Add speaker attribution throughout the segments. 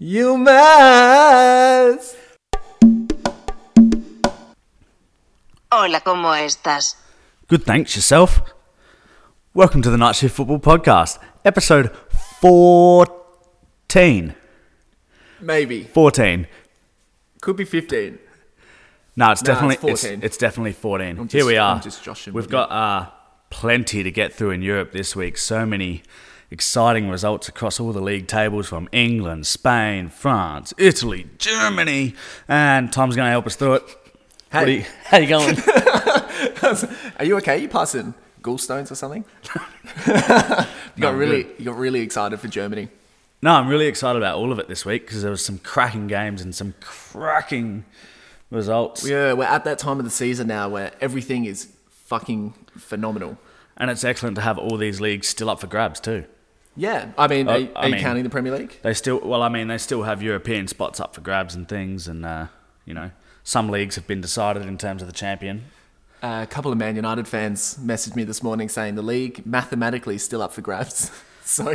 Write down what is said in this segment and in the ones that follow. Speaker 1: You más.
Speaker 2: Hola, ¿cómo estás?
Speaker 3: Good, thanks yourself. Welcome to the Night Shift Football Podcast, episode 14.
Speaker 1: Maybe
Speaker 3: 14.
Speaker 1: could be fifteen.
Speaker 3: No,
Speaker 1: No,
Speaker 3: it's
Speaker 1: it's
Speaker 3: definitely it's,
Speaker 1: 14.
Speaker 3: it's definitely 14.
Speaker 1: just-
Speaker 3: Here we are.
Speaker 1: I'm just joshing
Speaker 3: We've
Speaker 1: with
Speaker 3: got uh, plenty to get through in Europe this week. So many exciting results across all the league tables from England, Spain, France, Italy, Germany, and Tom's going to help us through it. What
Speaker 1: Hey.
Speaker 3: are you- how you going?
Speaker 1: Are you okay? You passing gallstones or something? you got
Speaker 3: I'm
Speaker 1: really, you got really excited for Germany.
Speaker 3: No, I'm really excited about all of it this week because there was some cracking games and some cracking results.
Speaker 1: Yeah, we're at that time of the season now where everything is fucking phenomenal.
Speaker 3: And it's excellent to have all these leagues still up for grabs too.
Speaker 1: Yeah, I mean,
Speaker 3: Uh,
Speaker 1: are,
Speaker 3: I
Speaker 1: are you
Speaker 3: mean-
Speaker 1: counting the Premier League?
Speaker 3: They still, well, I mean, they still have European spots up for grabs and things, and uh, you know, some leagues have been decided in terms of the champion.
Speaker 1: Uh, a couple of Man United fans messaged me this morning saying the league mathematically is still up for grabs. so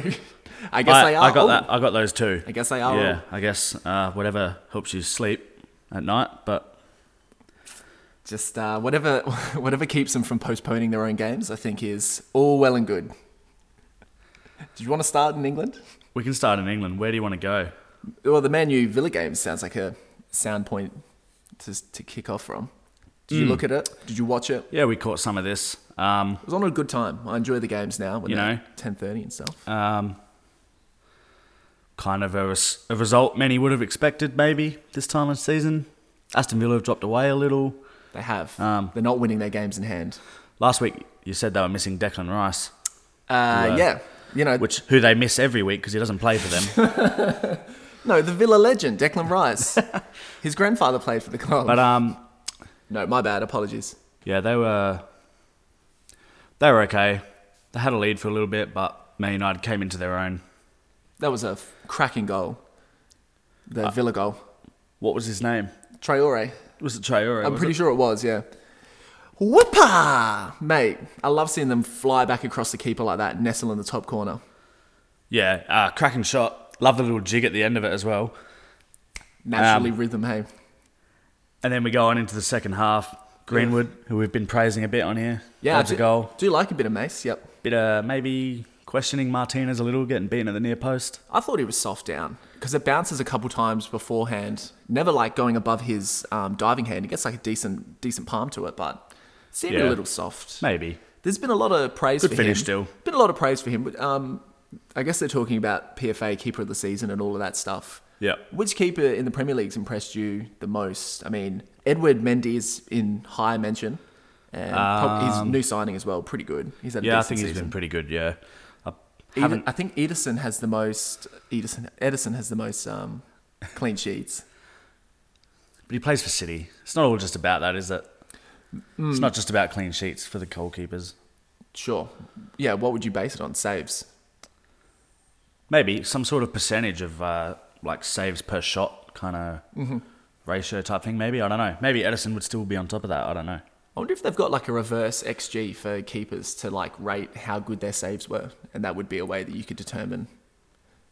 Speaker 1: I guess
Speaker 3: I,
Speaker 1: they are.
Speaker 3: I got
Speaker 1: Ooh.
Speaker 3: that. I got those too.
Speaker 1: I guess they are
Speaker 3: Yeah, I guess uh, whatever helps you sleep at night, but
Speaker 1: Just uh, whatever, whatever keeps them from postponing their own games, I think is all well and good. Did you want to start in England?
Speaker 3: we can start in England. Where do you want to go?
Speaker 1: Well, the Man U Villa game sounds like a sound point to, to kick off from. Did
Speaker 3: Hmm.
Speaker 1: you look at it? Did you watch it?
Speaker 3: Yeah, we caught some of this. Um,
Speaker 1: It was on at a good time. I enjoy the games now. When
Speaker 3: You
Speaker 1: they're
Speaker 3: know.
Speaker 1: 10.30 and stuff.
Speaker 3: um, kind of a, res- a result many would have expected, maybe this time of season. Aston Villa have dropped away a little.
Speaker 1: They have.
Speaker 3: um,
Speaker 1: They're not winning their games in hand.
Speaker 3: Last week, you said they were missing Declan Rice,
Speaker 1: Uh,
Speaker 3: were.
Speaker 1: yeah. You know,
Speaker 3: which who they miss every week because he doesn't play for them.
Speaker 1: no, the Villa legend, Declan Rice. His grandfather played for the club.
Speaker 3: but um,
Speaker 1: no, my bad. Apologies.
Speaker 3: yeah, they were they were okay. They had a lead for a little bit, but Man United came into their own.
Speaker 1: That was a f- cracking goal. The
Speaker 3: Uh,
Speaker 1: Villa goal.
Speaker 3: What was his name?
Speaker 1: Traore.
Speaker 3: Was it Traore?
Speaker 1: I'm
Speaker 3: was
Speaker 1: pretty
Speaker 3: it?
Speaker 1: sure it was, yeah. Whoopa! Mate, I love seeing them fly back across the keeper like that, nestle in the top corner.
Speaker 3: Yeah, uh, cracking shot. Love the little jig at the end of it as well.
Speaker 1: Naturally
Speaker 3: Um,
Speaker 1: rhythm, hey.
Speaker 3: And then we go on into the second half. Greenwood, who we've been praising a bit on here,
Speaker 1: Yeah, I
Speaker 3: grabs
Speaker 1: do,
Speaker 3: a goal.
Speaker 1: do like a bit of Mace, yep.
Speaker 3: Bit of maybe questioning Martinez a little, getting beaten at the near post.
Speaker 1: I thought he was soft down because it bounces a couple times beforehand. Never like going above his um, diving hand. He gets like a decent, decent palm to it, but seemed a
Speaker 3: Yeah.
Speaker 1: little soft.
Speaker 3: Maybe.
Speaker 1: There's been a lot of praise
Speaker 3: Good
Speaker 1: for
Speaker 3: finish
Speaker 1: him.
Speaker 3: still.
Speaker 1: Been a lot of praise for him. But, um, I guess they're talking about PFA keeper of the season and all of that stuff.
Speaker 3: Yeah.
Speaker 1: Which keeper in the Premier League's impressed you the most? I mean, Edward Mendy is in high mention, and prob- his new signing as well, pretty good. He's had a
Speaker 3: Um, Yeah, I
Speaker 1: decent
Speaker 3: think he's
Speaker 1: season.
Speaker 3: been pretty good. Yeah. I
Speaker 1: Edi-
Speaker 3: haven't-
Speaker 1: I think Edison has the most. Edison Edison has the most um, clean sheets.
Speaker 3: but he plays for City. It's not all just about that, is it? It's not just about clean sheets for the goalkeepers.
Speaker 1: Sure. Yeah. What would you base it on? Saves.
Speaker 3: Maybe some sort of percentage of uh, like saves per shot kind of ratio type thing. Maybe I don't know. Maybe Edison would still be on top of that. I don't know.
Speaker 1: I wonder if they've got like a reverse XG for keepers to like rate how good their saves were, and that would be a way that you could determine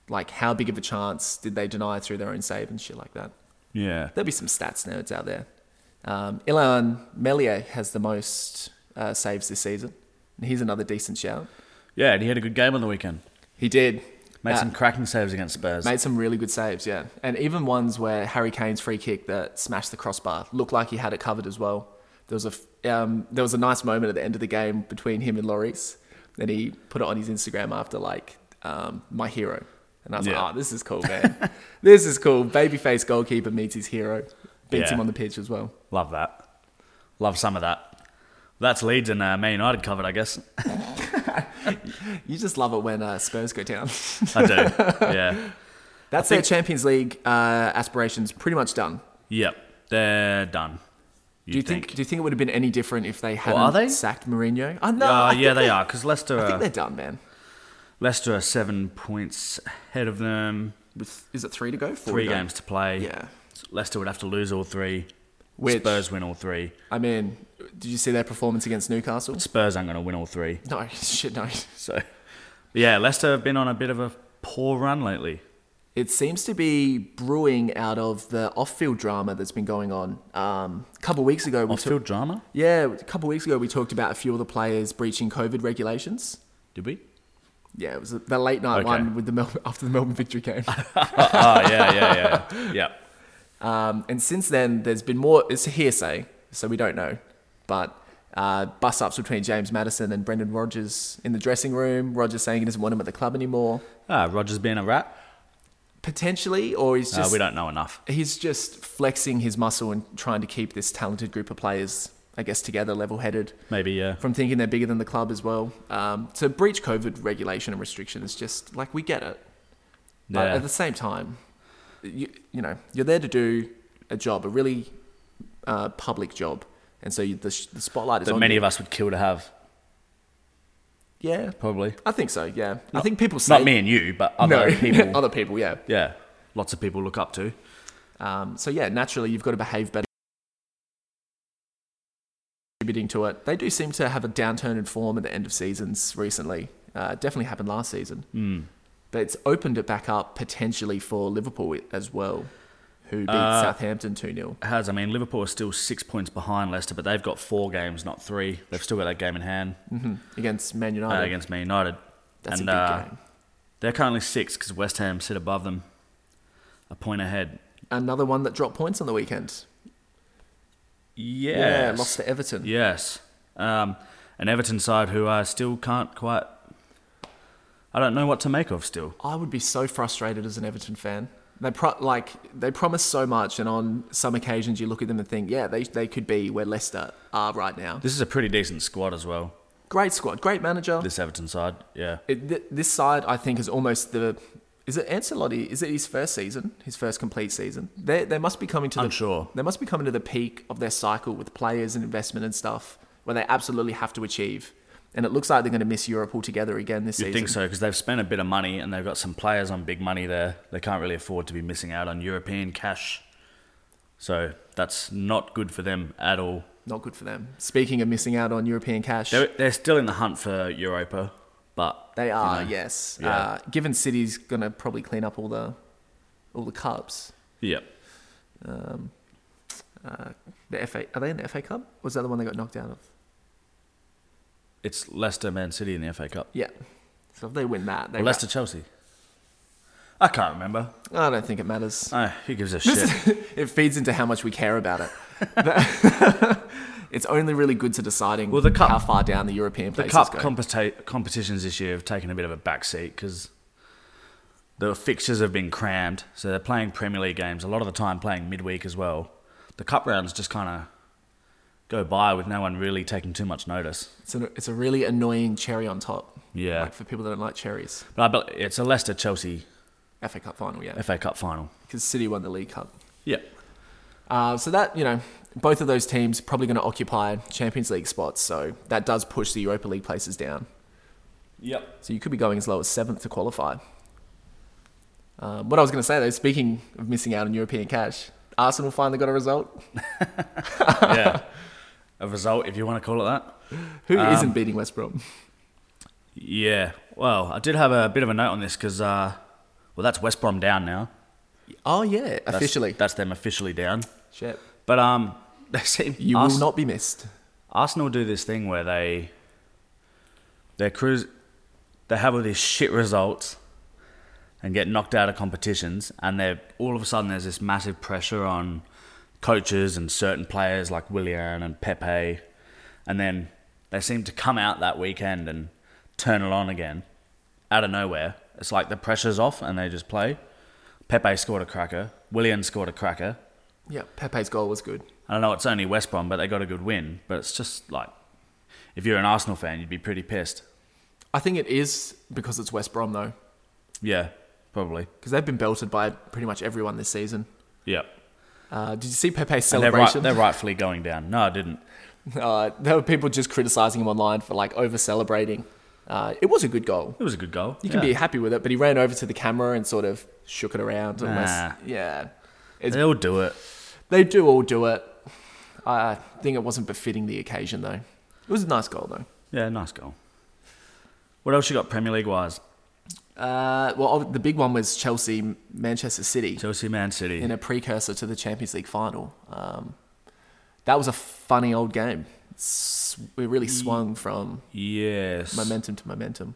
Speaker 1: like how big of a chance did they deny through their own save and shit like that.
Speaker 3: Yeah.
Speaker 1: There'll be some stats nerds out there. Um, Ilan Melier has the most uh, saves this season, and he's another decent shout.
Speaker 3: Yeah, and he had a good game on the weekend.
Speaker 1: He did
Speaker 3: Made
Speaker 1: Uh,
Speaker 3: some cracking saves against Spurs.
Speaker 1: made some really good saves, yeah, and even ones where Harry Kane's free kick that smashed the crossbar looked like he had it covered as well. There was a f- um, there was a nice moment at the end of the game between him and Lloris, and he put it on his Instagram after like um, my hero, and I was
Speaker 3: Yeah.
Speaker 1: like, oh, this is cool, man, this is cool. Babyface goalkeeper meets his hero, beats
Speaker 3: Yeah.
Speaker 1: him on the pitch as well.
Speaker 3: Love that. Love some of that. That's Leeds and uh, Man United covered, I guess.
Speaker 1: You just love it when uh, Spurs go down.
Speaker 3: I do. yeah.
Speaker 1: That's their Champions League uh, aspirations pretty much done.
Speaker 3: Yep. They're done. You
Speaker 1: Do you think, Do you think it would have been any different if they hadn't
Speaker 3: are they?
Speaker 1: sacked Mourinho? Oh, no,
Speaker 3: Uh,
Speaker 1: I
Speaker 3: yeah,
Speaker 1: think
Speaker 3: they are because Leicester.
Speaker 1: I think
Speaker 3: Are,
Speaker 1: they're done, man.
Speaker 3: Leicester are seven points ahead of them.
Speaker 1: With is it three to go? Four
Speaker 3: Three
Speaker 1: to go?
Speaker 3: games to play.
Speaker 1: Yeah.
Speaker 3: Leicester would have to lose all three.
Speaker 1: Which-
Speaker 3: Spurs win all three.
Speaker 1: I mean, did you see their performance against Newcastle?
Speaker 3: Spurs aren't going to win all three.
Speaker 1: No, shit, no.
Speaker 3: So, yeah, Leicester have been on a bit of a poor run lately.
Speaker 1: It seems to be brewing out of the off-field drama that's been going on. Um, a couple of weeks ago, we
Speaker 3: Off
Speaker 1: took,
Speaker 3: field drama?
Speaker 1: yeah, a couple of weeks ago we talked about a few of the players breaching COVID regulations.
Speaker 3: Did we?
Speaker 1: Yeah, it was the late night
Speaker 3: Okay.
Speaker 1: one with the Mel- after the Melbourne victory game.
Speaker 3: Oh, yeah, yeah, yeah. yeah.
Speaker 1: Um, and since then, there's been more. It's hearsay, so we don't know. But uh, bus ups between James Madison and Brendan Rodgers in the dressing room. Rodgers saying he doesn't want him at the club anymore,
Speaker 3: Ah, Roger's being a rat?
Speaker 1: potentially, or he's
Speaker 3: Uh,
Speaker 1: just
Speaker 3: we don't know enough.
Speaker 1: he's just flexing his muscle and trying to keep this talented group of players, I guess, together, level headed.
Speaker 3: Maybe, uh, yeah.
Speaker 1: From thinking they're bigger than the club as well. Um, to breach COVID regulation and restriction is just like we get it. But
Speaker 3: Yeah.
Speaker 1: at the same time, you, you know, you're there to do a job, a really uh, public job. And so you, the, sh- the spotlight is
Speaker 3: That
Speaker 1: on
Speaker 3: many
Speaker 1: you.
Speaker 3: of us would kill to have,
Speaker 1: Yeah.
Speaker 3: probably.
Speaker 1: I think so, yeah. I think people say.
Speaker 3: Not me and you, but
Speaker 1: No,
Speaker 3: other people.
Speaker 1: other people, yeah.
Speaker 3: yeah. Lots of people look up to.
Speaker 1: Um, so, yeah, naturally, you've got to behave better. Contributing to it. They do seem to have a downturn in form at the end of seasons recently. Uh, definitely happened last season.
Speaker 3: Hmm.
Speaker 1: But it's opened it back up potentially for Liverpool as well, who beat
Speaker 3: Uh,
Speaker 1: Southampton 2 0.
Speaker 3: Has I mean Liverpool are still six points behind Leicester, but they've got four games, not three. They've still got that game in hand
Speaker 1: against Man
Speaker 3: uh,
Speaker 1: United.
Speaker 3: against Man United.
Speaker 1: That's
Speaker 3: and
Speaker 1: a big
Speaker 3: uh,
Speaker 1: game.
Speaker 3: they're currently six because West Ham sit above them, a point ahead.
Speaker 1: Another one that dropped points on the weekend.
Speaker 3: Yes.
Speaker 1: Yeah, lost to Everton.
Speaker 3: Yes. Um, an Everton side who I still can't quite. I don't know what to make of still.
Speaker 1: I would be so frustrated as an Everton fan. They pro- like they promise so much, and on some occasions you look at them and think, yeah, they they could be where Leicester are right now.
Speaker 3: This is a pretty decent squad as well.
Speaker 1: Great squad, great manager.
Speaker 3: This Everton side, yeah.
Speaker 1: It, th- this side, I think, is almost the. Is it Ancelotti? Is it his first season? His first complete season? They they must be coming to the.
Speaker 3: Unsure.
Speaker 1: They must be coming to the peak of their cycle with players and investment and stuff, where they absolutely have to achieve. And it looks like they're going to miss Europe altogether again this
Speaker 3: You'd
Speaker 1: season.
Speaker 3: think so because they've spent a bit of money and they've got some players on big money there. They can't really afford to be missing out on European cash. So that's not good for them at all.
Speaker 1: Not good for them. Speaking of missing out on European cash,
Speaker 3: They're, they're still in the hunt for Europa, but
Speaker 1: they
Speaker 3: you
Speaker 1: are
Speaker 3: know,
Speaker 1: yes.
Speaker 3: Yeah.
Speaker 1: Uh, given City's going to probably clean up all the all the cups.
Speaker 3: Yeah.
Speaker 1: Uh, the FA are they in the FA Cup? Or was that the one they got knocked out of?
Speaker 3: It's Leicester, Man City in the FA Cup.
Speaker 1: Yeah. So if they win that, they
Speaker 3: Or Leicester, Chelsea. I can't remember.
Speaker 1: I don't think it matters.
Speaker 3: Oh, who gives a shit?
Speaker 1: it feeds into how much we care about it. it's only really good to deciding
Speaker 3: Well, the cup-
Speaker 1: how far down the European
Speaker 3: The
Speaker 1: places
Speaker 3: cup
Speaker 1: go.
Speaker 3: competi- competitions this year have taken a bit of a backseat because the fixtures have been crammed. So they're playing Premier League games a lot of the time, playing midweek as well. The cup rounds just kind of go by with no one really taking too much notice.
Speaker 1: it's, a, it's a really annoying cherry on top.
Speaker 3: Yeah.
Speaker 1: Like for people that don't like cherries.
Speaker 3: But I bet it's a Leicester Chelsea
Speaker 1: FA Cup final, yeah.
Speaker 3: FA Cup final.
Speaker 1: Because City won the League Cup.
Speaker 3: Yeah,
Speaker 1: Uh, so that you know, both of those teams probably going to occupy Champions League spots. So that does push the Europa League places down.
Speaker 3: Yep.
Speaker 1: So you could be going as low as seventh to qualify. Um, what I was going to say though, speaking of missing out on European cash, Arsenal finally got a result.
Speaker 3: yeah. a result, if you want to call it that.
Speaker 1: Who not beating West Brom?
Speaker 3: Yeah. Well, I did have a bit of a note on this because, uh, well, that's West Brom down now.
Speaker 1: Oh yeah,
Speaker 3: That's-
Speaker 1: officially.
Speaker 3: That's them officially down.
Speaker 1: Shit.
Speaker 3: But um, they seem
Speaker 1: You
Speaker 3: Ars-
Speaker 1: will not be missed.
Speaker 3: Arsenal do this thing where they they cruise, they have all these shit results and get knocked out of competitions, and they all of a sudden there's this massive pressure on coaches and certain players like Willian and Pepe, and then they seem to come out that weekend and turn it on again out of nowhere. It's like the pressure's off and they just play. Pepe scored a cracker. Willian scored a cracker.
Speaker 1: Yeah, Pepe's goal was good.
Speaker 3: I don't know, it's only West Brom, but they got a good win. But it's just like, if you're an Arsenal fan, you'd be pretty pissed.
Speaker 1: I think it is because it's West Brom though,
Speaker 3: Yeah, probably.
Speaker 1: because they've been belted by pretty much everyone this season.
Speaker 3: Yeah.
Speaker 1: Uh, did you see Pepe's
Speaker 3: And they're, right,
Speaker 1: celebration?
Speaker 3: they're rightfully going down. No, I didn't.
Speaker 1: Uh, there were people just criticizing him online for like over celebrating. Uh, it was a good goal.
Speaker 3: It was a good goal.
Speaker 1: You can be happy with it, but he ran over to the camera and sort of shook it around. Almost.
Speaker 3: Nah.
Speaker 1: Yeah,
Speaker 3: They'll do it.
Speaker 1: they do all do it. I think it wasn't befitting the occasion though. It was a nice goal though.
Speaker 3: Yeah, nice goal. What else you got Premier League wise?
Speaker 1: Uh, well, ob- the big one was Chelsea, Manchester City
Speaker 3: Chelsea, Man City.
Speaker 1: in a precursor to the Champions League final. Um, that was a funny old game. S- We really swung from
Speaker 3: yes.
Speaker 1: momentum to momentum.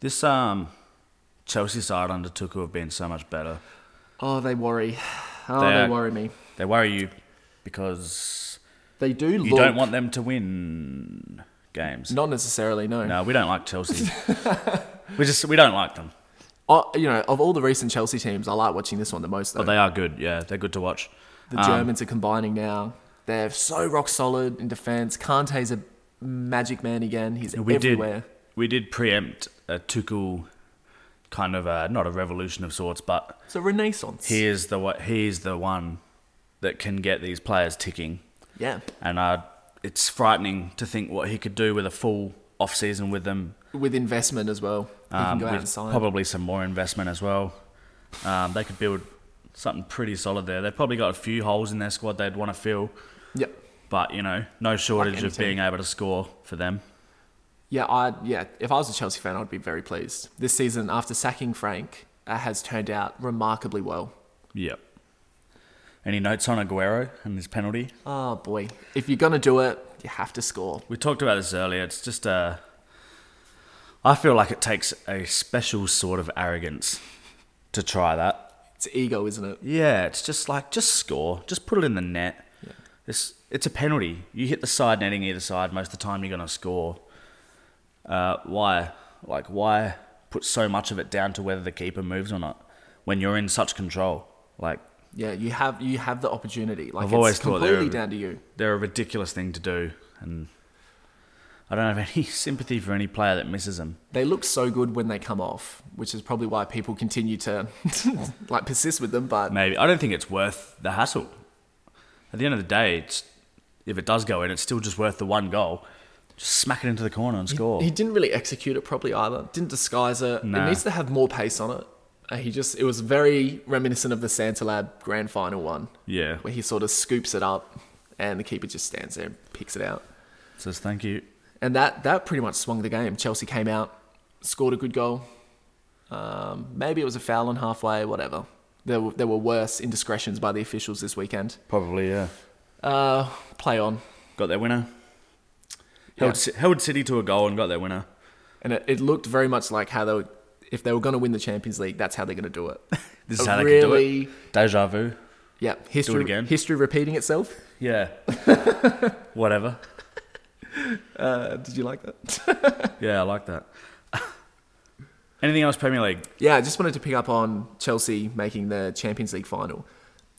Speaker 3: This um, Chelsea side under Tuchel have been so much better.
Speaker 1: Oh, they worry. Oh,
Speaker 3: They
Speaker 1: they,
Speaker 3: are-
Speaker 1: worry me.
Speaker 3: They worry you because
Speaker 1: They do look.
Speaker 3: you don't want them to win games.
Speaker 1: Not necessarily, no.
Speaker 3: No, we don't like Chelsea. we just we don't like them,
Speaker 1: Oh, you know, of all the recent Chelsea teams, I like watching this one the most. Though.
Speaker 3: but they are good. Yeah, they're good to watch.
Speaker 1: the Germans are combining now. They're so rock solid in defence. Kante's a magic man again. He's
Speaker 3: We
Speaker 1: everywhere.
Speaker 3: did we did preempt a Tuchel kind of a, not a revolution of sorts, but
Speaker 1: It's a renaissance.
Speaker 3: he is the wa- he is the one that can get these players ticking,
Speaker 1: Yeah.
Speaker 3: and uh, it's frightening to think what he could do with a full off season with them.
Speaker 1: With investment as well. He
Speaker 3: um,
Speaker 1: can go out
Speaker 3: with
Speaker 1: and sign.
Speaker 3: Probably some more investment as well. Um, they could build something pretty solid there. They've probably got a few holes in their squad they'd want to fill,
Speaker 1: Yep.
Speaker 3: but you know, no shortage
Speaker 1: any
Speaker 3: of
Speaker 1: team.
Speaker 3: being able to score for them.
Speaker 1: Yeah, I yeah. If I was a Chelsea fan, I'd be very pleased. This season, after sacking Frank, uh, has turned out remarkably well.
Speaker 3: Yep. Any notes on Aguero and his penalty?
Speaker 1: Oh boy, if you're gonna do it, you have to score.
Speaker 3: We talked about this earlier. It's just uh, I feel like it takes a special sort of arrogance to try that.
Speaker 1: It's ego, isn't it?
Speaker 3: Yeah, it's just like just score, just put it in the net. It's it's a penalty. You hit the side netting either side. Most of the time, you're gonna score. Uh, why? Like why put so much of it down to whether the keeper moves or not when you're in such control? Like
Speaker 1: Yeah, you have you have the opportunity. Like
Speaker 3: I've
Speaker 1: it's
Speaker 3: always thought they
Speaker 1: completely
Speaker 3: were-
Speaker 1: down to you.
Speaker 3: they're a ridiculous thing to do, and I don't have any sympathy for any player that misses them.
Speaker 1: They look so good when they come off, which is probably why people continue to like persist with them. But
Speaker 3: Maybe I don't think it's worth the hassle. At the end of the day, it's, if it does go in, it's still just worth the one goal. Just smack it into the corner and score.
Speaker 1: he didn't really execute it properly either. Didn't disguise it.
Speaker 3: Nah.
Speaker 1: It needs to have more pace on it. Uh, he just it was very reminiscent of the Santalab Grand Final one.
Speaker 3: yeah.
Speaker 1: where he sort of scoops it up and the keeper just stands there and picks it out.
Speaker 3: Says thank you.
Speaker 1: And that, that pretty much swung the game. Chelsea came out, scored a good goal. Um, maybe it was a foul on halfway, whatever. There were, there were worse indiscretions by the officials this weekend.
Speaker 3: Probably yeah.
Speaker 1: Uh, play on.
Speaker 3: Got their winner. Held, Ci- held City to a goal and got their winner.
Speaker 1: And it, it looked very much like how they were, if they were going to win the Champions League, that's how they're going to do it.
Speaker 3: This
Speaker 1: A
Speaker 3: is how they
Speaker 1: really,
Speaker 3: can do it. Deja vu.
Speaker 1: Yeah, history,
Speaker 3: again.
Speaker 1: history repeating itself.
Speaker 3: Yeah. Whatever.
Speaker 1: Uh, did you like that?
Speaker 3: Yeah, I like that. Anything else Premier League?
Speaker 1: Yeah, I just wanted to pick up on Chelsea making the Champions League final.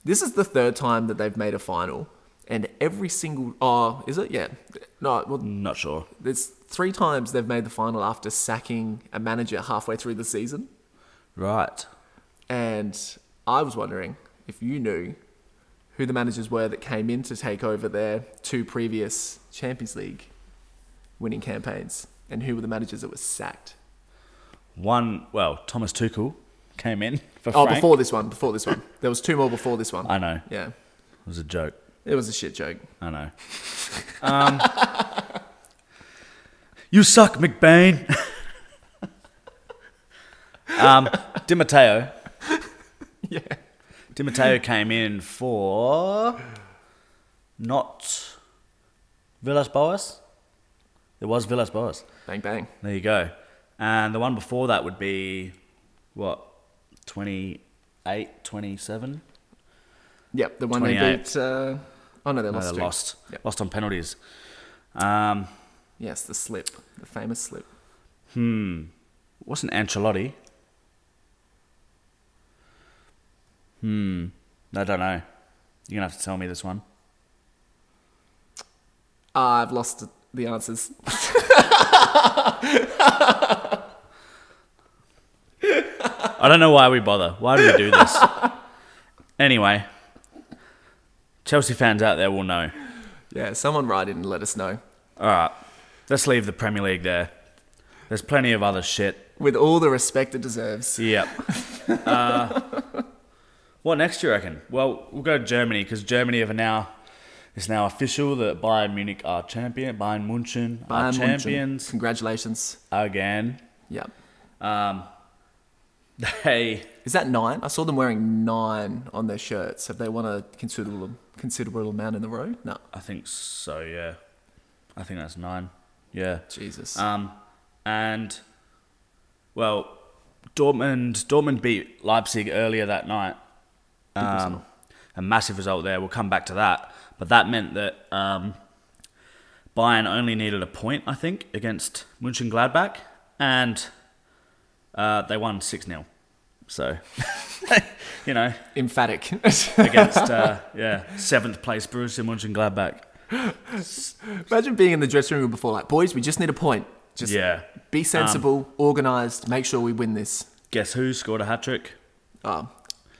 Speaker 1: This is the third time that they've made a final, and every single oh, is it? Yeah, no, well,
Speaker 3: Not sure.
Speaker 1: there's three times they've made the final after sacking a manager halfway through the season.
Speaker 3: Right.
Speaker 1: And I was wondering if you knew who the managers were that came in to take over their two previous Champions League winning campaigns, and who were the managers that were sacked.
Speaker 3: One. Well, Thomas Tuchel came in for
Speaker 1: Oh,
Speaker 3: Frank.
Speaker 1: before this one, before this one, there was two more before this one.
Speaker 3: I know. It
Speaker 1: yeah.
Speaker 3: was a joke.
Speaker 1: It was a shit joke.
Speaker 3: I know. Um, you suck, McBain. um, Di Matteo.
Speaker 1: Yeah.
Speaker 3: Di Matteo came in for not Villas Boas. It was Villas Boas.
Speaker 1: Bang bang.
Speaker 3: There you go. And the one before that would be what 28, 27?
Speaker 1: Yep, the one they
Speaker 3: 28.
Speaker 1: beat. Uh, oh no, they
Speaker 3: No,
Speaker 1: lost.
Speaker 3: they
Speaker 1: to-
Speaker 3: lost.
Speaker 1: Yep.
Speaker 3: Lost on penalties. Um,
Speaker 1: Yes, the slip, the famous slip.
Speaker 3: wasn't Ancelotti. Hmm. I don't know. You're gonna have to tell me this one.
Speaker 1: Ah, I've lost the answers.
Speaker 3: I don't know why we bother. Why do we do this? anyway, Chelsea fans out there will know.
Speaker 1: Yeah, someone write in and let us know.
Speaker 3: All right, let's leave the Premier League there. There's plenty of other shit.
Speaker 1: With all the respect it deserves.
Speaker 3: Yep. uh, what next? Do you reckon? Well, we'll go to Germany because Germany have now. It's now official that Bayern Munich are champion. Bayern Munchen
Speaker 1: Bayern
Speaker 3: are
Speaker 1: Munchen,
Speaker 3: champions.
Speaker 1: Congratulations.
Speaker 3: again.
Speaker 1: Yep.
Speaker 3: Um, They
Speaker 1: Is that nine? I saw them wearing nine on their shirts. Have they won a considerable considerable amount in the row? No.
Speaker 3: I think so, yeah. I think that's nine. Yeah.
Speaker 1: Jesus.
Speaker 3: Um, and well, Dortmund Dortmund beat Leipzig earlier that night. Um, a massive result there. We'll come back to that, but that meant that um, Bayern only needed a point, I think, against Munchen Gladbach, and uh, they won six 0 So, you know,
Speaker 1: Emphatic.
Speaker 3: against uh, yeah seventh place Borussia Munchen Gladbach.
Speaker 1: Imagine being in the dressing room before, like, boys, we just need a point. Just
Speaker 3: Yeah. Um,
Speaker 1: be sensible, organised, make sure we win this.
Speaker 3: Guess who scored a hat trick?
Speaker 1: Oh,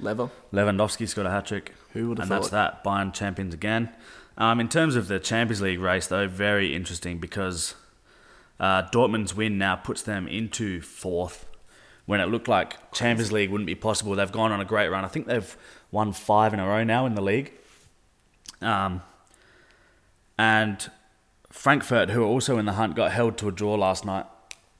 Speaker 1: lever.
Speaker 3: Lewandowski scored a hat trick.
Speaker 1: Who would've
Speaker 3: And that's
Speaker 1: thought?
Speaker 3: that. Bayern champions again. Um, in terms of the Champions League race, though, very interesting because uh, Dortmund's win now puts them into fourth. When it looked like Champions League wouldn't be possible, they've gone on a great run. I think they've won five in a row now in the league. Um, and Frankfurt, who are also in the hunt, got held to a draw last night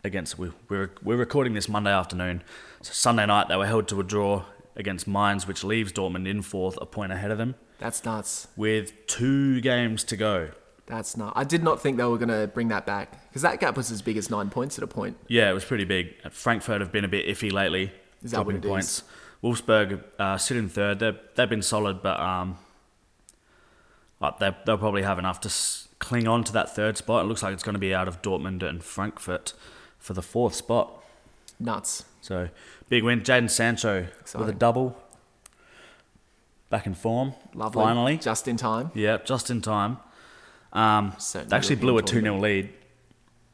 Speaker 3: against. We, we're, we're recording this Monday afternoon. So Sunday night, they were held to a draw against Mainz, which leaves Dortmund in fourth, a point ahead of them,
Speaker 1: That's nuts.
Speaker 3: with two games to go.
Speaker 1: That's nuts. I did not think they were going to bring that back because that gap was as big as nine points at a point.
Speaker 3: Yeah, it was pretty big. Frankfurt have been a bit iffy lately,
Speaker 1: Is that
Speaker 3: dropping
Speaker 1: what it
Speaker 3: points.
Speaker 1: is?
Speaker 3: Wolfsburg uh, sit in third. They're, they've been solid, but um, like they, they'll probably have enough to s- cling on to that third spot. It looks like it's going to be out of Dortmund and Frankfurt for the fourth spot.
Speaker 1: Nuts.
Speaker 3: So big win. Jaden Sancho with
Speaker 1: Exciting.
Speaker 3: a double. Back in form.
Speaker 1: Lovely.
Speaker 3: Finally.
Speaker 1: Just in time.
Speaker 3: yeah, just in time. Um,
Speaker 1: Certainly
Speaker 3: they actually
Speaker 1: looking
Speaker 3: blew a
Speaker 1: forward
Speaker 3: 2 0 lead.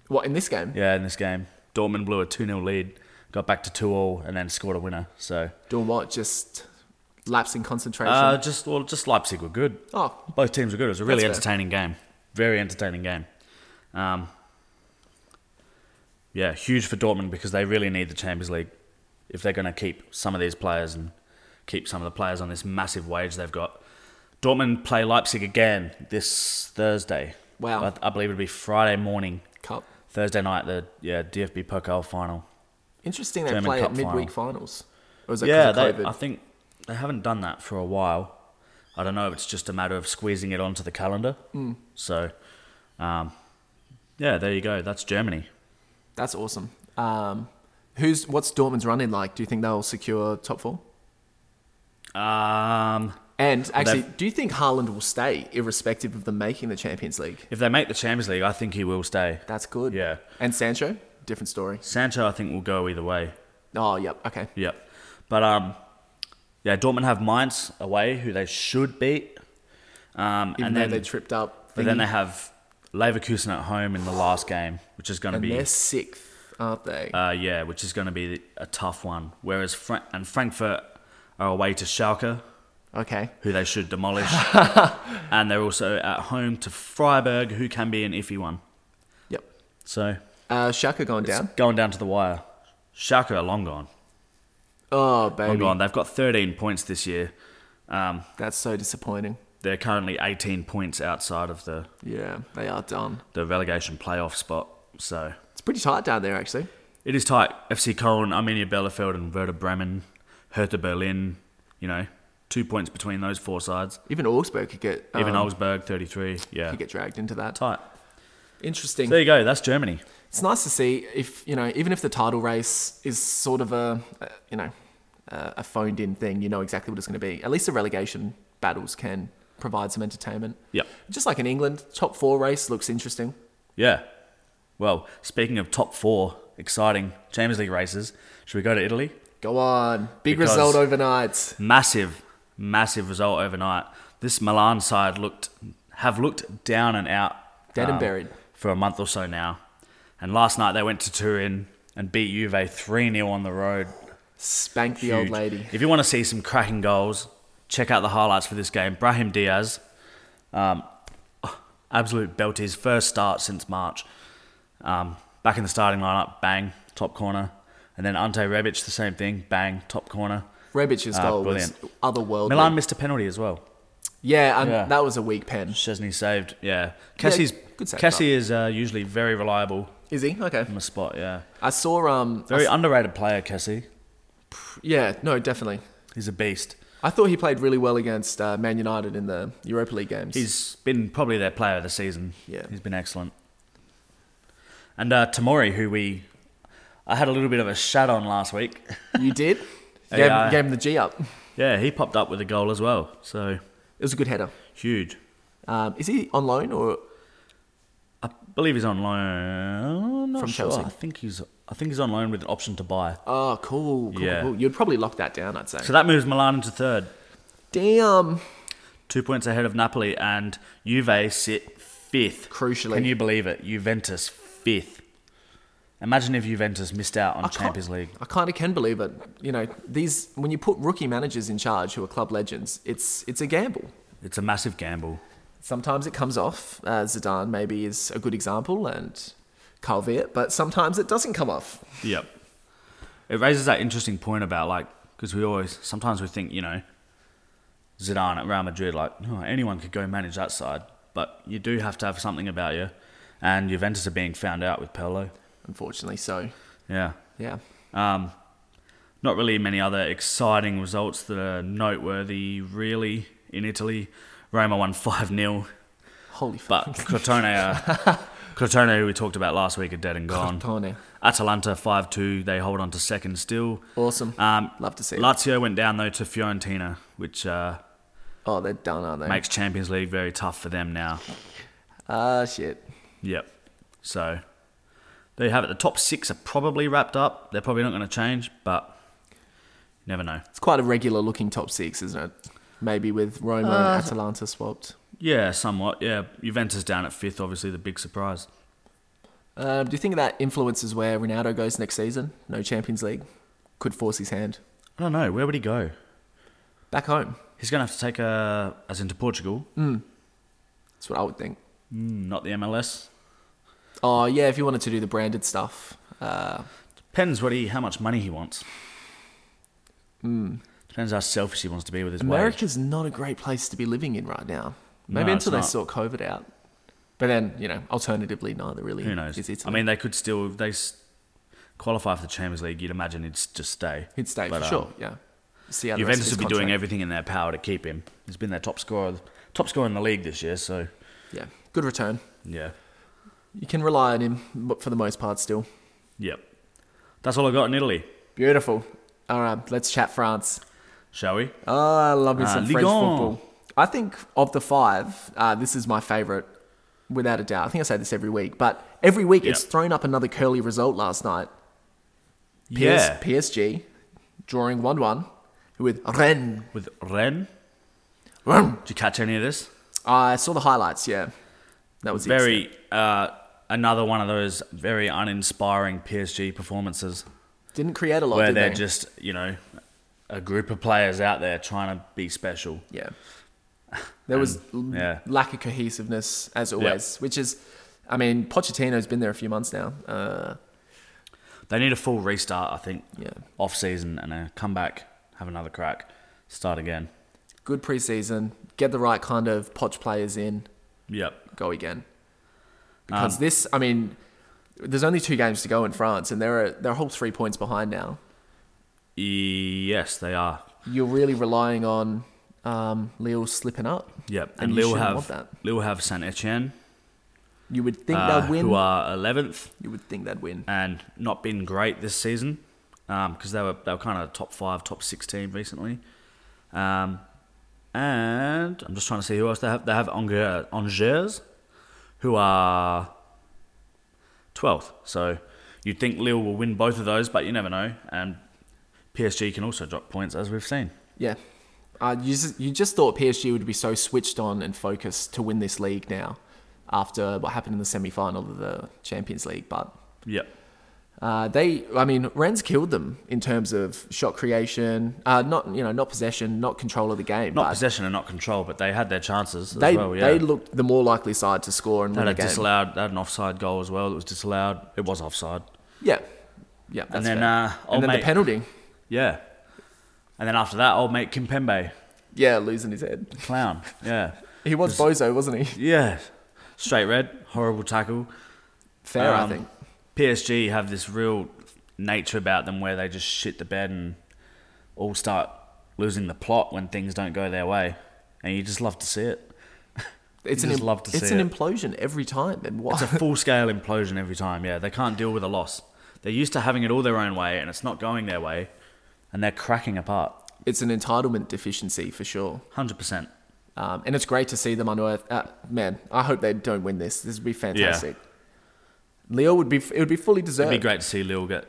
Speaker 1: What, in this game?
Speaker 3: Yeah, in this game. Dortmund blew a 2 0 lead, got back to 2 all, and then scored a winner. So
Speaker 1: Doing what? Just lapse in concentration.
Speaker 3: uh, just well, just Leipzig were good.
Speaker 1: oh,
Speaker 3: Both teams were good. It was a really
Speaker 1: That's fair.
Speaker 3: entertaining game. Very entertaining game. Um, yeah, huge for Dortmund because they really need the Champions League if they're going to keep some of these players and keep some of the players on this massive wage they've got. Dortmund play Leipzig again this Thursday.
Speaker 1: Wow.
Speaker 3: I, I believe it'll be Friday morning,
Speaker 1: cup.
Speaker 3: Thursday night, the yeah DFB Pokal final.
Speaker 1: Interesting they
Speaker 3: German
Speaker 1: play
Speaker 3: Cup
Speaker 1: at midweek finals. Or is that 'cause
Speaker 3: Yeah,
Speaker 1: of
Speaker 3: they,
Speaker 1: COVID?
Speaker 3: I think they haven't done that for a while. I don't know if it's just a matter of squeezing it onto the calendar.
Speaker 1: Hmm.
Speaker 3: Mm. So, um, yeah, there you go. That's Germany.
Speaker 1: That's awesome. Um, who's what's Dortmund's running like? Do you think they'll secure top four?
Speaker 3: Um,
Speaker 1: And actually,
Speaker 3: they've-
Speaker 1: do you think Haaland will stay, irrespective of them making the Champions League?
Speaker 3: if they make the Champions League, I think he will stay.
Speaker 1: That's good.
Speaker 3: Yeah.
Speaker 1: And Sancho, different story.
Speaker 3: Sancho, I think, will go either way.
Speaker 1: Oh, yep. Okay.
Speaker 3: Yep. But um, yeah, Dortmund have Mainz away, who they should beat. Um,
Speaker 1: Even
Speaker 3: and
Speaker 1: though
Speaker 3: then,
Speaker 1: they tripped up,
Speaker 3: but then
Speaker 1: thingy,
Speaker 3: they have Leverkusen at home in the last game, which is going to
Speaker 1: and
Speaker 3: be
Speaker 1: they're sixth, aren't they?
Speaker 3: Uh, yeah, which is going to be a tough one. Whereas Fra- and Frankfurt are away to Schalke,
Speaker 1: okay.
Speaker 3: who they should demolish, and they're also at home to Freiburg, who can be an iffy one.
Speaker 1: Yep.
Speaker 3: So
Speaker 1: Uh, Shaka going
Speaker 3: it's
Speaker 1: down.
Speaker 3: going down to the wire. Schalke are long gone.
Speaker 1: Oh
Speaker 3: Long
Speaker 1: baby,
Speaker 3: gone. They've got 13 points this year. Um,
Speaker 1: that's so disappointing.
Speaker 3: they're currently 18 points outside of the,
Speaker 1: Yeah, they are done.
Speaker 3: the relegation playoff spot. So
Speaker 1: It's pretty tight down there, actually.
Speaker 3: it is tight. FC Köln, Arminia Bielefeld, and Werder Bremen, Hertha Berlin. You know, two points between those four sides.
Speaker 1: Even Augsburg could get um,
Speaker 3: Even Augsburg, 33. Yeah.
Speaker 1: could get dragged into that.
Speaker 3: Tight.
Speaker 1: Interesting.
Speaker 3: There you go. That's Germany.
Speaker 1: it's nice to see if you know even if the title race is sort of a uh, you know uh, a phoned in thing you know exactly what it's going to be at least the relegation battles can provide some entertainment
Speaker 3: Yep.
Speaker 1: just like in england top four race looks interesting
Speaker 3: Yeah. Well, speaking of top four exciting Champions League races, should we go to Italy?
Speaker 1: go on big
Speaker 3: Because-
Speaker 1: result overnight
Speaker 3: Massive, massive result overnight. This Milan side looked have looked down and out, um,
Speaker 1: Dead and buried.
Speaker 3: for a month or so now. And last night they went to Turin and beat Juve three 0 on the road.
Speaker 1: spank the old
Speaker 3: Huge.
Speaker 1: lady
Speaker 3: If you want to see some cracking goals, check out the highlights for this game. Brahim Diaz, um, absolute belt his first start since March. Um, back in the starting lineup, bang, top corner. And then Ante Rebic, the same thing, bang, top corner.
Speaker 1: Rebic's
Speaker 3: Ah,
Speaker 1: goal was
Speaker 3: brilliant.
Speaker 1: otherworldly
Speaker 3: Milan missed a penalty as well.
Speaker 1: yeah, and
Speaker 3: Yeah.
Speaker 1: that was a weak pen
Speaker 3: Chesney saved, yeah. Cassie's,
Speaker 1: good save,
Speaker 3: Cassie is uh, usually very reliable
Speaker 1: is he okay
Speaker 3: from a spot, yeah.
Speaker 1: i saw um I
Speaker 3: Very
Speaker 1: s-
Speaker 3: underrated player, Cassie.
Speaker 1: Yeah, no, definitely.
Speaker 3: He's a beast.
Speaker 1: I thought he played really well against uh, Man United in the Europa League games.
Speaker 3: He's been probably their player of the season.
Speaker 1: Yeah.
Speaker 3: He's been excellent. And uh, Tamori, who we. I had a little bit of a shat on last week.
Speaker 1: you did? Gave,
Speaker 3: Yeah.
Speaker 1: gave him the G up. It
Speaker 3: yeah, he popped up with a goal as well. So,
Speaker 1: was a good header.
Speaker 3: huge.
Speaker 1: Um, is he on loan or
Speaker 3: I believe he's on loan. I'm not
Speaker 1: From
Speaker 3: sure.
Speaker 1: Chelsea.
Speaker 3: I think he's I think he's on loan with an option to buy.
Speaker 1: Oh, cool. cool,
Speaker 3: Yeah.
Speaker 1: cool. You'd probably lock that down, I'd say.
Speaker 3: So that moves Milan into third,
Speaker 1: Damn.
Speaker 3: two points ahead of Napoli, and Juve sit fifth.
Speaker 1: Crucially.
Speaker 3: can you believe it? Juventus fifth. Imagine if Juventus missed out on
Speaker 1: can't-
Speaker 3: Champions League.
Speaker 1: I kind of can believe it. You know, these when you put rookie managers in charge who are club legends, it's it's a gamble.
Speaker 3: It's a massive gamble.
Speaker 1: Sometimes it comes off. Uh, Zidane maybe is a good example, and Carl Viet, but sometimes it doesn't come off.
Speaker 3: Yep. It raises that interesting point about like because we always sometimes we think you know Zidane at Real Madrid like oh, anyone could go manage that side, but you do have to have something about you, and Juventus are being found out with Pirlo.
Speaker 1: Unfortunately, so
Speaker 3: Yeah.
Speaker 1: yeah.
Speaker 3: Um, not really many other exciting results that are noteworthy, really, in Italy. Roma won 5 0,
Speaker 1: Holy fuck.
Speaker 3: but Crotone, uh, Crotone, who we talked about last week, are dead and gone.
Speaker 1: Crotone.
Speaker 3: Atalanta 5 2, they hold on to second still.
Speaker 1: Awesome.
Speaker 3: Um,
Speaker 1: Love to see it.
Speaker 3: Lazio went down, though, to Fiorentina, which uh,
Speaker 1: Oh, they're done, aren't they?
Speaker 3: makes Champions League very tough for them now.
Speaker 1: Ah, shit.
Speaker 3: Yep. So there you have it. The top six are probably wrapped up. They're probably not going to change, but you never know.
Speaker 1: It's quite a regular looking top six, isn't it? Maybe with Roma and Atalanta swapped.
Speaker 3: Yeah, somewhat. Yeah, Juventus down at fifth, obviously the big surprise.
Speaker 1: Um, do you think that influences where Ronaldo goes next season? No Champions League? Could force his hand.
Speaker 3: I don't know where would he go.
Speaker 1: Back home.
Speaker 3: He's gonna have to take a as into Portugal,
Speaker 1: That's what I would think.
Speaker 3: Mm, not the MLS.
Speaker 1: Oh, yeah, if you wanted to do the branded stuff. Uh,
Speaker 3: Depends what he how much money he wants. Depends how selfish he wants to be with his wage.
Speaker 1: America's not a great place to be living in right now. Maybe
Speaker 3: No, it's
Speaker 1: until they
Speaker 3: not.
Speaker 1: sort COVID out. But then, you know, alternatively, neither really
Speaker 3: Who knows?
Speaker 1: is
Speaker 3: I
Speaker 1: Italy.
Speaker 3: mean, they could still if they s- qualify for the Champions League. You'd imagine he'd s- just stay.
Speaker 1: he'd stay
Speaker 3: But,
Speaker 1: for
Speaker 3: um,
Speaker 1: sure, yeah. See how the rest of
Speaker 3: Juventus
Speaker 1: his
Speaker 3: would be doing
Speaker 1: contract-
Speaker 3: everything in their power to keep him. He's been their top scorer, top scorer in the league this year. So
Speaker 1: Yeah, good return.
Speaker 3: yeah,
Speaker 1: You can rely on him but for the most part still.
Speaker 3: yep. That's all I got in Italy.
Speaker 1: Beautiful. All right, let's chat France.
Speaker 3: Shall we?
Speaker 1: Oh, I love me
Speaker 3: Ah,
Speaker 1: some
Speaker 3: Ligue
Speaker 1: French
Speaker 3: 1.
Speaker 1: football. I think of the five, uh, this is my favourite, without a doubt. I think I say this every week, but every week it's
Speaker 3: Yeah.
Speaker 1: thrown up another curly result last night. PS-
Speaker 3: Yeah.
Speaker 1: PSG drawing 1 1 with Rennes.
Speaker 3: with Ren.
Speaker 1: Rennes.
Speaker 3: Did you catch any of this?
Speaker 1: Ah, I saw the highlights, yeah. That was the extent.
Speaker 3: Very uh, another one of those very uninspiring PSG performances
Speaker 1: Didn't create a lot,
Speaker 3: where
Speaker 1: did
Speaker 3: they're
Speaker 1: they?
Speaker 3: just you know a group of players out there trying to be special.
Speaker 1: Yeah. There was
Speaker 3: And,
Speaker 1: l-
Speaker 3: yeah.
Speaker 1: lack of cohesiveness as always, which is, I mean, Pochettino's been there a few months now. Uh,
Speaker 3: They need a full restart, I think.
Speaker 1: Yeah.
Speaker 3: Off season and a comeback, have another crack, start again.
Speaker 1: good preseason. Get the right kind of Poch players in.
Speaker 3: Yep.
Speaker 1: Go again. Because
Speaker 3: Um,
Speaker 1: this, I mean, there's only two games to go in France, and they're they're a whole three points behind now.
Speaker 3: Yes, they are.
Speaker 1: You're really relying on um, Lille slipping up.
Speaker 3: Yep.
Speaker 1: And
Speaker 3: And,
Speaker 1: you
Speaker 3: Lille
Speaker 1: shouldn't
Speaker 3: have
Speaker 1: want that.
Speaker 3: Lille have Saint Etienne,
Speaker 1: You would think
Speaker 3: uh,
Speaker 1: they'd win.
Speaker 3: who are Uh, eleventh
Speaker 1: you would think they'd win.
Speaker 3: and not been great this season because they were they were kind of top five, top six team recently. Um, and I'm just trying to see who else they have. They have Angers, Angers who are 12th. So you'd think Lille will win both of those, but you never know. And PSG can also drop points, as we've seen.
Speaker 1: Yeah. Uh, you, just, you just thought PSG would be so switched on and focused to win this league now after what happened in the semi final of the Champions League. But
Speaker 3: Yep.
Speaker 1: uh, they, I mean, Rennes killed them in terms of shot creation, uh, not, you know, not possession, not control of the game.
Speaker 3: Not
Speaker 1: but
Speaker 3: possession and not control, but they had their chances as
Speaker 1: they,
Speaker 3: well. Yeah.
Speaker 1: they looked the more likely side to score and
Speaker 3: they
Speaker 1: win
Speaker 3: had
Speaker 1: the
Speaker 3: a
Speaker 1: game.
Speaker 3: disallowed, they had an offside goal as well that was disallowed. It was offside.
Speaker 1: Yeah. Yeah. That's
Speaker 3: then,
Speaker 1: fair.
Speaker 3: uh, old
Speaker 1: and then
Speaker 3: mate-
Speaker 1: the penalty.
Speaker 3: Yeah. And then after that, old mate Kimpembe,
Speaker 1: Yeah, losing his head.
Speaker 3: clown. Yeah.
Speaker 1: He was bozo, wasn't he?
Speaker 3: Yeah. Straight red, horrible tackle.
Speaker 1: Fair,
Speaker 3: Um,
Speaker 1: I think.
Speaker 3: PSG have this real nature about them where they just shit the bed and all start losing the plot when things don't go their way, and you just love to see it.
Speaker 1: It's
Speaker 3: You
Speaker 1: an
Speaker 3: just
Speaker 1: im-
Speaker 3: love to
Speaker 1: it's
Speaker 3: see
Speaker 1: an
Speaker 3: it.
Speaker 1: implosion every time. And why?
Speaker 3: It's a full scale implosion every time. Yeah, they can't deal with a loss. They're used to having it all their own way, and it's not going their way, and they're cracking apart.
Speaker 1: it's an entitlement deficiency for sure.
Speaker 3: Hundred percent.
Speaker 1: Um, and it's great to see them unearth. Uh, man, I hope they don't win this. This would be fantastic. Leo would be. It would be fully
Speaker 3: It'd be
Speaker 1: deserved
Speaker 3: great to see Lil get,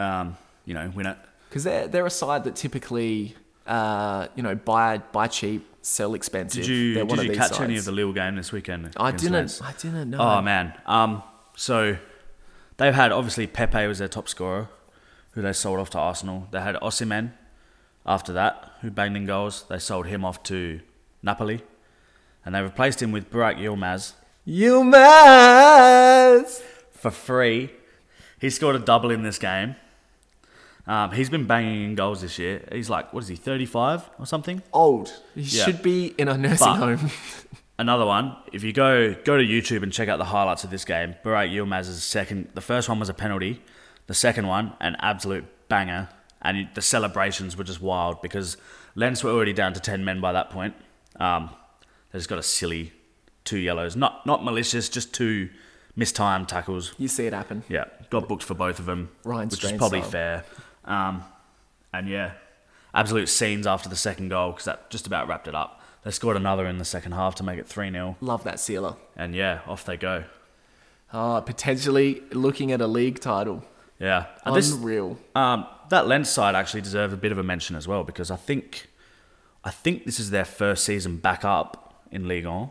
Speaker 3: um, you know, win it.
Speaker 1: because they're they're a side that typically, uh, you know, buy buy cheap, sell expensive.
Speaker 3: Did you
Speaker 1: they're
Speaker 3: did
Speaker 1: one
Speaker 3: you
Speaker 1: these
Speaker 3: catch any of
Speaker 1: sides.
Speaker 3: the Lille game this weekend?
Speaker 1: I
Speaker 3: against
Speaker 1: didn't.
Speaker 3: Lens?
Speaker 1: I didn't know.
Speaker 3: Oh man. Um. So they've had obviously Pepe was their top scorer, who they sold off to Arsenal. They had Osimhen after that, who banged in goals. They sold him off to Napoli, and they replaced him with Burak Yilmaz
Speaker 1: You must.
Speaker 3: for free. He scored a double in this game. Um, he's been banging in goals this year. He's like, what is he, 35 or something?
Speaker 1: Old. He
Speaker 3: Yeah.
Speaker 1: should be in a nursing
Speaker 3: But-
Speaker 1: home.
Speaker 3: Another one. If you go go to YouTube and check out the highlights of this game, Burak Yilmaz's second. The first one was a penalty. The second one, an absolute banger, and the celebrations were just wild because Lens were already down to ten men by that point. Um, they just got a silly two yellows, not not malicious, just two mistimed tackles.
Speaker 1: you see it happen.
Speaker 3: Yeah, got booked for both of them,
Speaker 1: Ryan
Speaker 3: which
Speaker 1: Strain
Speaker 3: is probably
Speaker 1: style.
Speaker 3: fair. Um, and yeah, absolute scenes after the second goal because that just about wrapped it up. They scored another in the second half to make it three 0
Speaker 1: Love that sealer.
Speaker 3: and yeah, off they go.
Speaker 1: Ah, potentially looking at a league title.
Speaker 3: Yeah, and this
Speaker 1: Unreal.
Speaker 3: um, that Lens side actually deserved a bit of a mention as well because I think I think this is their first season back up in Ligue 1.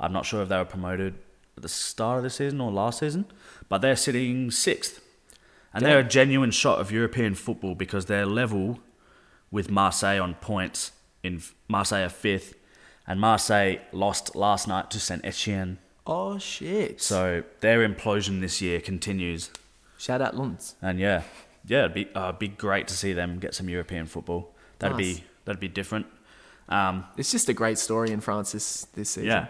Speaker 3: I'm not sure if they were promoted at the start of the season or last season, but they're sitting sixth, and they're a genuine shot of European football because they're level with Marseille on points. In Marseille are fifth, and Marseille lost last night to Saint Etienne.
Speaker 1: Oh shit.
Speaker 3: So their implosion this year continues.
Speaker 1: Shout out Luns.
Speaker 3: And yeah, yeah, it'd be uh, it'd be great to see them get some European football. That'd
Speaker 1: Nice.
Speaker 3: be that'd be different. Um,
Speaker 1: It's just a great story in France this, this season.
Speaker 3: yeah,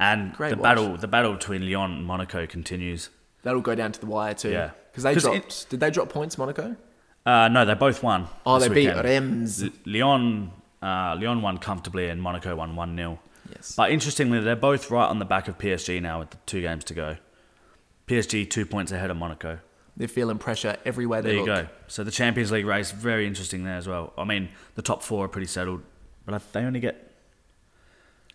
Speaker 3: and
Speaker 1: Great
Speaker 3: the
Speaker 1: watch.
Speaker 3: battle the battle between Lyon and Monaco continues.
Speaker 1: That'll go down to the wire too.
Speaker 3: Yeah.
Speaker 1: Because they
Speaker 3: 'Cause
Speaker 1: dropped. did they drop points, Monaco?
Speaker 3: Uh, no, they both won.
Speaker 1: Oh,
Speaker 3: this
Speaker 1: they beat
Speaker 3: weekend.
Speaker 1: Reims.
Speaker 3: L- Lyon, uh, Lyon won comfortably, and Monaco won one 0
Speaker 1: Yes.
Speaker 3: But interestingly, they're both right on the back of PSG now with the two games to go. PSG two points ahead of Monaco.
Speaker 1: They're feeling pressure every way they
Speaker 3: There you
Speaker 1: look.
Speaker 3: go. So the Champions League race very interesting there as well. I mean, the top four are pretty settled, but I- they only get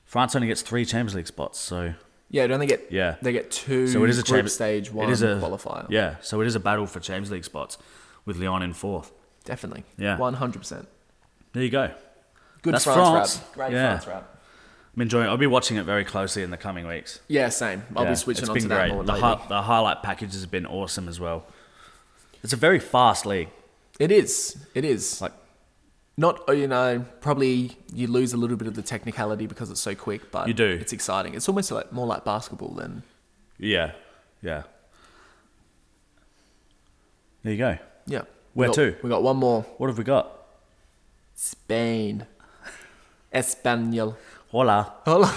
Speaker 3: France only gets three Champions League spots. So
Speaker 1: Yeah, don't they get?
Speaker 3: Yeah.
Speaker 1: They get two.
Speaker 3: so it is a
Speaker 1: Mm, group
Speaker 3: Champ-
Speaker 1: stage
Speaker 3: it
Speaker 1: one
Speaker 3: is a-
Speaker 1: qualifier.
Speaker 3: Yeah, so it is a battle for Champions League spots with Lyon in fourth.
Speaker 1: Definitely.
Speaker 3: Yeah.
Speaker 1: One hundred percent.
Speaker 3: There you go.
Speaker 1: Good
Speaker 3: That's
Speaker 1: France,
Speaker 3: France.
Speaker 1: rap. Great
Speaker 3: Yeah.
Speaker 1: France rap.
Speaker 3: I'm enjoying. I'll be watching it very closely in the coming weeks.
Speaker 1: Yeah, same. I'll
Speaker 3: Yeah,
Speaker 1: be switching
Speaker 3: it's
Speaker 1: on to
Speaker 3: been
Speaker 1: that
Speaker 3: great.
Speaker 1: more
Speaker 3: the,
Speaker 1: lately.
Speaker 3: hi- the highlight packages have been awesome as well. It's a very fast league.
Speaker 1: It is. It is.
Speaker 3: Like-
Speaker 1: not oh, you know, probably you lose a little bit of the technicality because it's so quick, but
Speaker 3: You do.
Speaker 1: It's exciting. It's almost like more like basketball than
Speaker 3: Yeah, yeah. There you go.
Speaker 1: yeah.
Speaker 3: Where
Speaker 1: we got,
Speaker 3: to?
Speaker 1: We got one more.
Speaker 3: What have we got?
Speaker 1: Spain. Espanol.
Speaker 3: Hola.
Speaker 1: Hola.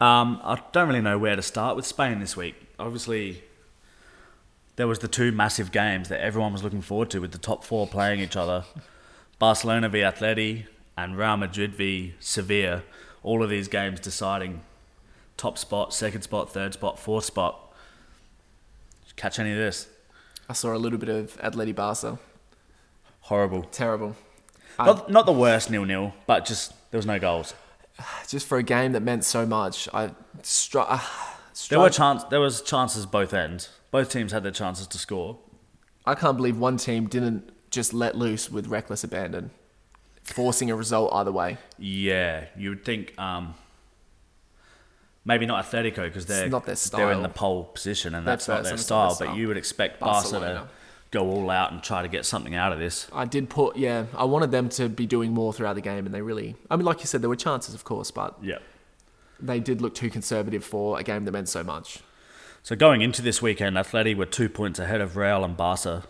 Speaker 3: Um, I don't really know where to start with Spain this week. Obviously, there was the two massive games that everyone was looking forward to, with the top four playing each other: Barcelona v Atleti and Real Madrid v Sevilla. All of these games deciding top spot, second spot, third spot, fourth spot. Did you catch any of this?
Speaker 1: I saw a little bit of Atleti Barca.
Speaker 3: Horrible.
Speaker 1: Terrible.
Speaker 3: Not, not the worst nil-nil, but just there was no goals.
Speaker 1: Just for a game that meant so much, I str- uh,
Speaker 3: There were
Speaker 1: struggled.
Speaker 3: chance. There was chances both ends. Both teams had their chances to score.
Speaker 1: I can't believe one team didn't just let loose with reckless abandon, forcing a result either way.
Speaker 3: Yeah, you would think um, maybe not Atletico because they're
Speaker 1: not their
Speaker 3: They're in
Speaker 1: style.
Speaker 3: the pole position and
Speaker 1: That's-
Speaker 3: that's, not
Speaker 1: that's
Speaker 3: their
Speaker 1: not their
Speaker 3: style.
Speaker 1: style.
Speaker 3: But you would expect Barca
Speaker 1: Barcelona.
Speaker 3: to go all out and try to get something out of this.
Speaker 1: I did put, yeah, I wanted them to be doing more throughout the game, and they really, I mean, like you said, there were chances, of course, but
Speaker 3: Yeah.
Speaker 1: they did look too conservative for a game that meant so much.
Speaker 3: So going into this weekend, Atleti were two points ahead of Real and Barca,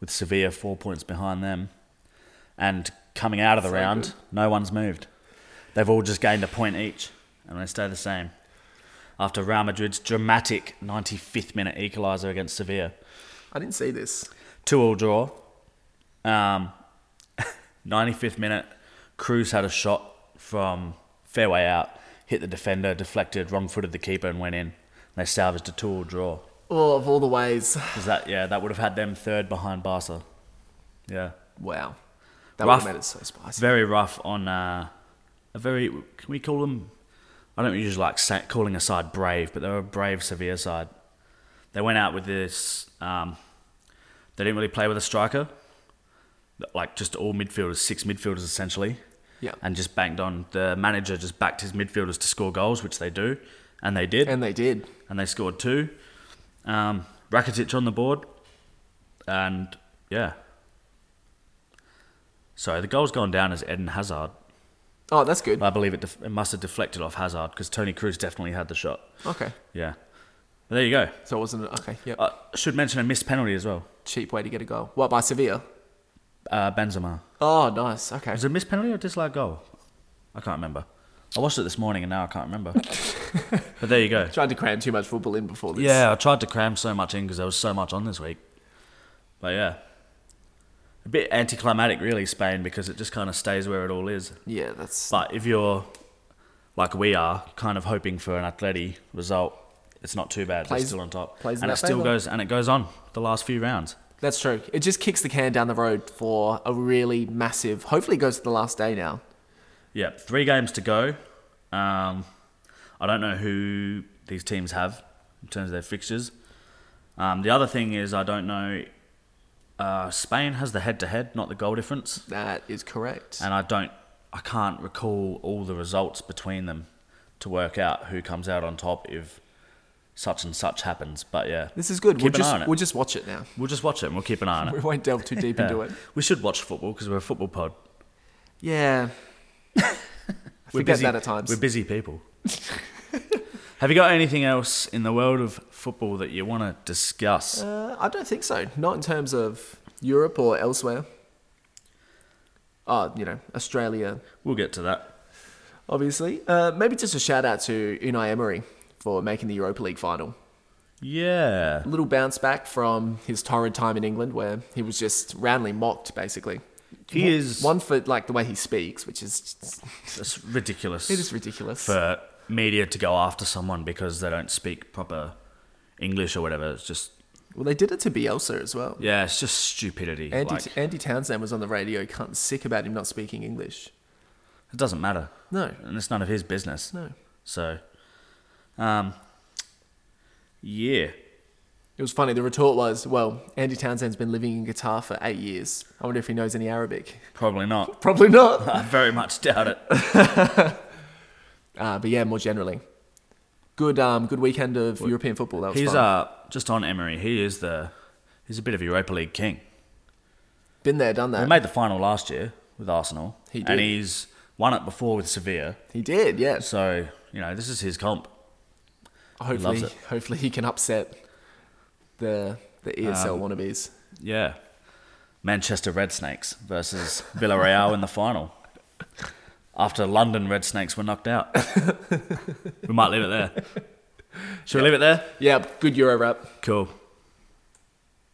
Speaker 3: with Sevilla four points behind them. And coming out of the
Speaker 1: So
Speaker 3: round,
Speaker 1: good.
Speaker 3: no one's moved. They've all just gained a point each, and they stay the same. After Real Madrid's dramatic 95th minute equaliser against Sevilla.
Speaker 1: I didn't see this.
Speaker 3: two all draw. Um, 95th minute, Cruz had a shot from fairway out, hit the defender, deflected, wrong footed the keeper, and went in. They salvaged a two-all draw.
Speaker 1: Oh, of all the ways.
Speaker 3: 'Cause that, yeah, that would have had them third behind Barca. Yeah,
Speaker 1: Wow. That
Speaker 3: Rough.
Speaker 1: would have made it so spicy.
Speaker 3: very rough on uh, a very. Can we call them? I don't usually like sa- calling a side brave, but they were a brave Sevilla side. They went out with this. Um, they didn't really play with a striker, like just all midfielders, six midfielders essentially.
Speaker 1: Yeah.
Speaker 3: and just banged on. The manager just backed his midfielders to score goals, which they do, and they did, and,
Speaker 1: And they did.
Speaker 3: they scored two. Um, Rakitic on the board, and yeah. So the goal's gone down as Eden Hazard.
Speaker 1: Oh, that's good.
Speaker 3: I believe it, def- it must have deflected off Hazard because Tony Cruz definitely had the shot.
Speaker 1: Okay.
Speaker 3: Yeah. But there you go.
Speaker 1: So it wasn't. Okay. Yep.
Speaker 3: I should mention a missed penalty as well.
Speaker 1: Cheap way to get a goal. What, by Sevilla?
Speaker 3: Uh, Benzema.
Speaker 1: Oh, nice. Okay.
Speaker 3: Was it a missed penalty or a disallowed goal? I can't remember. I watched it this morning and now I can't remember. but there you go.
Speaker 1: Tried to cram too much football in before this.
Speaker 3: Yeah, I tried to cram so much in because there was so much on this week. But yeah, a bit anticlimactic, really, Spain, because it just kind of stays where it all is.
Speaker 1: Yeah, that's.
Speaker 3: But if you're like we are, kind of hoping for an Atleti result, it's not too bad. They're
Speaker 1: Plays-
Speaker 3: still on top,
Speaker 1: plays in
Speaker 3: and
Speaker 1: their
Speaker 3: it still
Speaker 1: favour.
Speaker 3: goes and it goes on the last few rounds.
Speaker 1: That's true. It just kicks the can down the road for a really massive. Hopefully, it goes to the last day now.
Speaker 3: Yeah, three games to go. Um, I don't know who these teams have in terms of their fixtures. Um, the other thing is, I don't know. Uh, Spain has the head-to-head, not the goal difference.
Speaker 1: That is correct.
Speaker 3: and I don't, I can't recall all the results between them to work out who comes out on top if such and such happens. But yeah,
Speaker 1: This is good.
Speaker 3: Keep
Speaker 1: we'll
Speaker 3: an
Speaker 1: just
Speaker 3: eye on it.
Speaker 1: we'll just watch it now.
Speaker 3: we'll just watch it and we'll keep an eye on
Speaker 1: We
Speaker 3: it.
Speaker 1: won't delve too deep into
Speaker 3: Yeah.
Speaker 1: it.
Speaker 3: We should watch football because we're a football pod.
Speaker 1: Yeah. I
Speaker 3: We're
Speaker 1: forget
Speaker 3: busy,
Speaker 1: that at times.
Speaker 3: We're busy people. Have you got anything else in the world of football that you want to discuss?
Speaker 1: Uh, I don't think so. Not in terms of Europe or elsewhere. Uh, you know, Australia,
Speaker 3: we'll get to that.
Speaker 1: obviously. Uh, maybe just a shout out to Unai Emery for making the Europa League final.
Speaker 3: Yeah.
Speaker 1: A little bounce back from his torrid time in England where he was just roundly mocked, basically.
Speaker 3: He is-
Speaker 1: One for, like, the way he speaks, which is. Just,
Speaker 3: That's ridiculous.
Speaker 1: it is ridiculous.
Speaker 3: for media to go after someone because they don't speak proper English or whatever. It's just
Speaker 1: Well, they did it to Bielsa as well.
Speaker 3: yeah, it's just stupidity.
Speaker 1: Andy,
Speaker 3: like,
Speaker 1: Andy Townsend was on the radio, cunt sick about him not speaking English.
Speaker 3: it doesn't matter,
Speaker 1: No,
Speaker 3: and it's none of his business.
Speaker 1: no.
Speaker 3: So, um, yeah,
Speaker 1: It was funny. The retort was, well, Andy Townsend's been living in Qatar for eight years. I wonder if he knows any Arabic.
Speaker 3: probably not.
Speaker 1: Probably not.
Speaker 3: I very much doubt it.
Speaker 1: uh, but yeah, more generally. Good um, good weekend of European football. That was
Speaker 3: He's
Speaker 1: fun.
Speaker 3: uh just on Emery. He is the he's a bit of a Europa League king.
Speaker 1: Been there, done
Speaker 3: He
Speaker 1: that.
Speaker 3: made the final last year with Arsenal,
Speaker 1: He did.
Speaker 3: and he's won it before with Sevilla.
Speaker 1: he did, yes.
Speaker 3: So you know this is his comp.
Speaker 1: Hopefully,
Speaker 3: loves it.
Speaker 1: hopefully he can upset the the ESL
Speaker 3: Um,
Speaker 1: wannabes.
Speaker 3: Yeah. Manchester Red Snakes versus Villarreal in the final. After London Red Snakes were knocked out. we might leave it there. Should we leave it there?
Speaker 1: Yeah, good Euro wrap.
Speaker 3: Cool.